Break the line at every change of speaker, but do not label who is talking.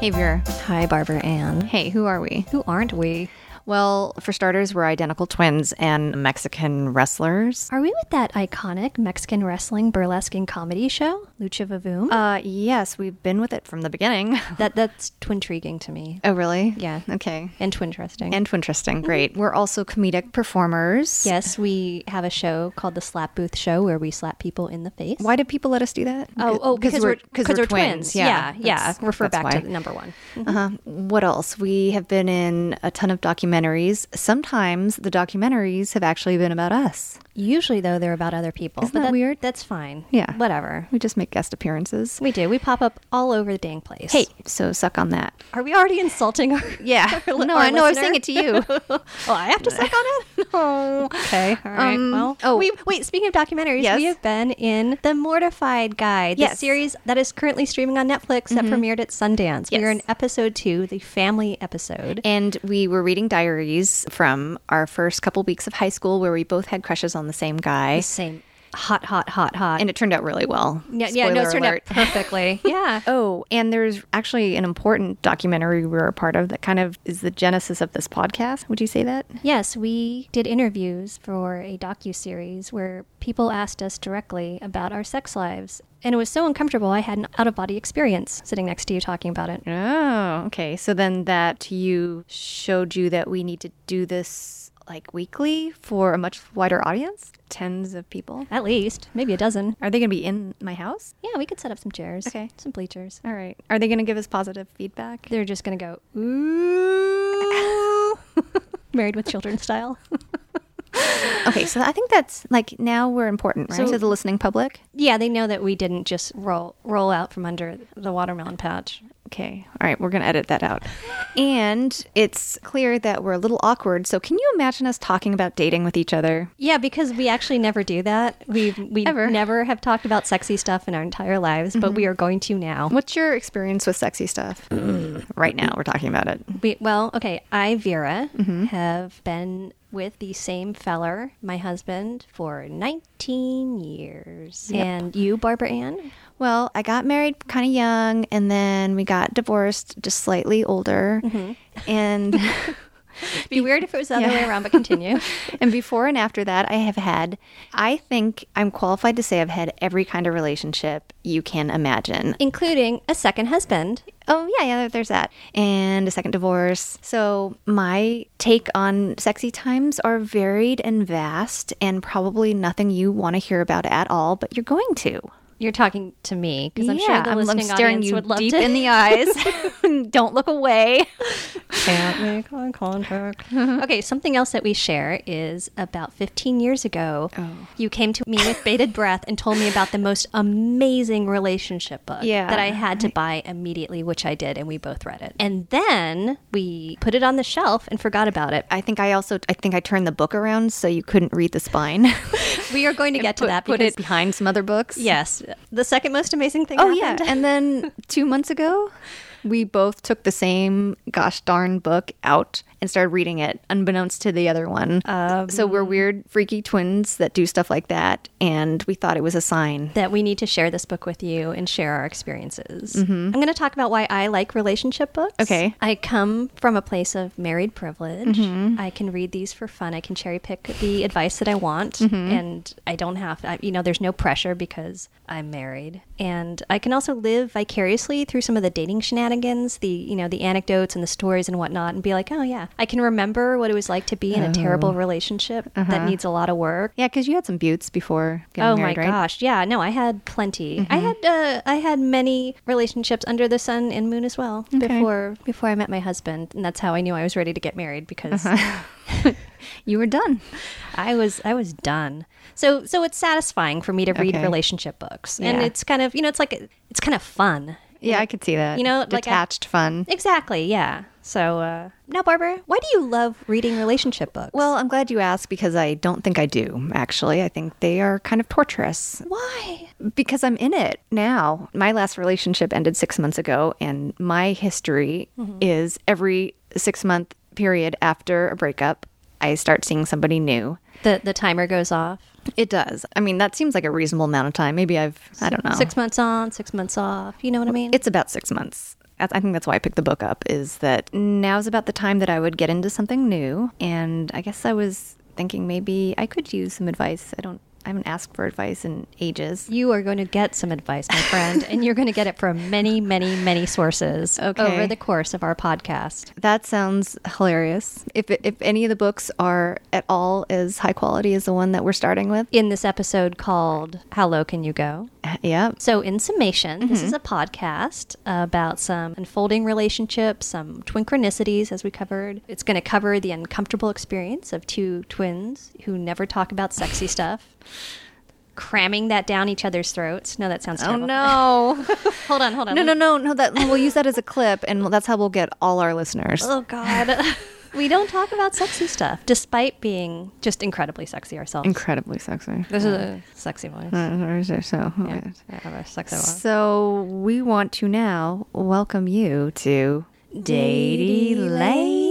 Hey, Vera.
Hi, Barbara Ann.
Hey, who are we?
Who aren't we?
Well, for starters, we're identical twins and Mexican wrestlers.
Are we with that iconic Mexican wrestling, burlesque, and comedy show, Lucha Vavoom?
Uh, yes, we've been with it from the beginning.
that that's twintriguing to me.
oh, really?
Yeah.
Okay.
And twinteresting.
And interesting. Great. We're also comedic performers.
yes, we have a show called the Slap Booth Show where we slap people in the face.
Why do people let us do that?
Oh, oh, because we're because we're, twins. Yeah, yeah.
that's-
Refer
that's
back
why.
to number one.
Uh-huh. What else? We have been in a ton of documentaries. Sometimes the documentaries have actually been about us.
Usually, though, they're about other people.
Isn't
but
that weird?
That's fine.
Yeah.
whatever.
We just make guest appearances.
We do. We pop up all over the dang place.
Hey, so suck on that.
are we already insulting our?
Yeah.
our li-
no,
our
I know. I was
listener?
saying it to you.
Well, I have to suck on it.
oh.
Okay. All right.
Um,
well,
oh.
oh, we, wait. Speaking of documentaries,
Yes.
we have been in The Mortified Guy, the
Yes. Mm-hmm.
series that is currently streaming on Netflix that premiered at Sundance. We are
Yes.
in episode two, the family episode.
And we were reading diaries from our first couple weeks of high school where we both had crushes on the same guy.
Same hot, hot, hot, hot.
And it turned out really well.
yeah, yeah, no,
Spoiler
it turned out
alert.
perfectly. yeah.
Oh, and there's actually an important documentary we were a part of that kind of is the genesis of this podcast. Would you say that?
Yes, we did interviews for a docu series where people asked us directly about our sex lives, and it was so uncomfortable. I had an out of body experience sitting next to you talking about it.
Oh, okay. So then that to you showed you that we need to do this like weekly for a much wider audience, tens of people.
At least maybe a dozen.
Are they going to be in my house?
Yeah, we could set up some chairs.
Okay.
Some bleachers.
All right. Are they going to give us positive feedback?
They're just going to go, ooh, married with children style.
okay, so I think that's like now we're important, right?
So-
to the listening public.
yeah, they know that we didn't just roll roll out from under the watermelon patch.
Okay. All right, we're going to edit that out. and it's clear that we're a little awkward. So can you imagine us talking about dating with each other?
Yeah, because we actually never do that. We've, we
Ever.
never have talked about sexy stuff in our entire lives, but we are going to now.
What's your experience with sexy stuff? right now we're talking about it.
We, well, okay, I, Vera, have been with the same feller, my husband, for 19 years. And you, Barbara Ann?
Well, I got married kind of young and then we got divorced just slightly older. And
It'd be weird if it was the other
Yeah.
way around, but continue.
and before and after that, I have had, I think I'm qualified to say I've had every kind of relationship you can imagine.
including a second husband.
Oh, yeah, yeah, there's that. And a second divorce. So, my take on sexy times are varied and vast, and probably nothing you want to hear about at all, but you're going to.
You're talking to me because I'm sure
Yeah,
the listening audience would love
deep
to.
in the eyes. Don't look away.
Can't make eye contact. okay, something else that we share is about 15 years ago,
Oh.
you came to me with bated breath and told me about the most amazing relationship book
Yeah.
that I had to buy immediately, which I did, and we both read it. And then we put it on the shelf and forgot about it.
I think I also, I think I turned the book around so you couldn't read the spine.
We are going to get to
put,
that
put
because
it behind some other books.
yes, the second most amazing thing.
Oh yeah,
happened.
and then two months ago, we both took the same gosh darn book out and started reading it, unbeknownst to the other one. so we're weird, freaky twins that do stuff like that, and we thought it was a sign.
that we need to share this book with you and share our experiences. I'm going to talk about why I like relationship books.
Okay.
I come from a place of married privilege. I can read these for fun. I can cherry pick the advice that I want. And I don't have, I, you know, there's no pressure because I'm married. And I can also live vicariously through some of the dating shenanigans, the, you know, the anecdotes and the stories and whatnot, and be like, oh, yeah, I can remember what it was like to be in a terrible relationship that needs a lot of work
Yeah, because you had some buttes before getting
oh
married,
my
right? Mm-hmm.
gosh yeah no i had plenty i had uh, i had many relationships under the sun and moon as well before before i met my husband and that's how i knew i was ready to get married because
Uh-huh. You were done.
i was i was done so so it's satisfying for me to read
Okay.
relationship books and
Yeah.
it's kind of you know it's like it's kind of fun
Yeah, I could see that.
You know, like a-
detached fun.
exactly yeah so uh now barbara why do you love reading relationship books
Well, I'm glad you asked because I don't think I do. Actually, I think they are kind of torturous.
why
because I'm in it now. My last relationship ended six months ago, and my history is every six month period after a breakup, I start seeing somebody new.
the the timer goes off
It does. I mean, that seems like a reasonable amount of time. Maybe I've, I don't know.
six months on six months off you know what i mean
It's about six months. I think that's why I picked the book up is that now's about the time that I would get into something new. And I guess I was thinking maybe I could use some advice. I don't, I haven't asked for advice in ages.
You are going to get some advice, my friend, and you're going to get it from many, many, many sources
Okay.
over the course of our podcast.
That sounds hilarious. If, it, if any of the books are at all as high quality as the one that we're starting with,
In this episode called How Low Can You Go?
yeah,
So, in summation, this is a
Mm-hmm.
podcast about some unfolding relationships, some twinchronicities, as we covered. It's going to cover the uncomfortable experience of two twins who never talk about sexy stuff, cramming that down each other's throats. No, that sounds
Oh
terrible.
no.
hold on, hold on.
no,
Let
no,
me-
no, no. That we'll use that as a clip, and that's how we'll get all our listeners.
Oh God. we don't talk about sexy stuff, despite being just incredibly sexy ourselves.
Incredibly sexy.
this is a sexy voice.
Uh, or is there so.
Yeah,
okay.
I have a sexy voice.
So we want to now welcome you to
Datey Lady.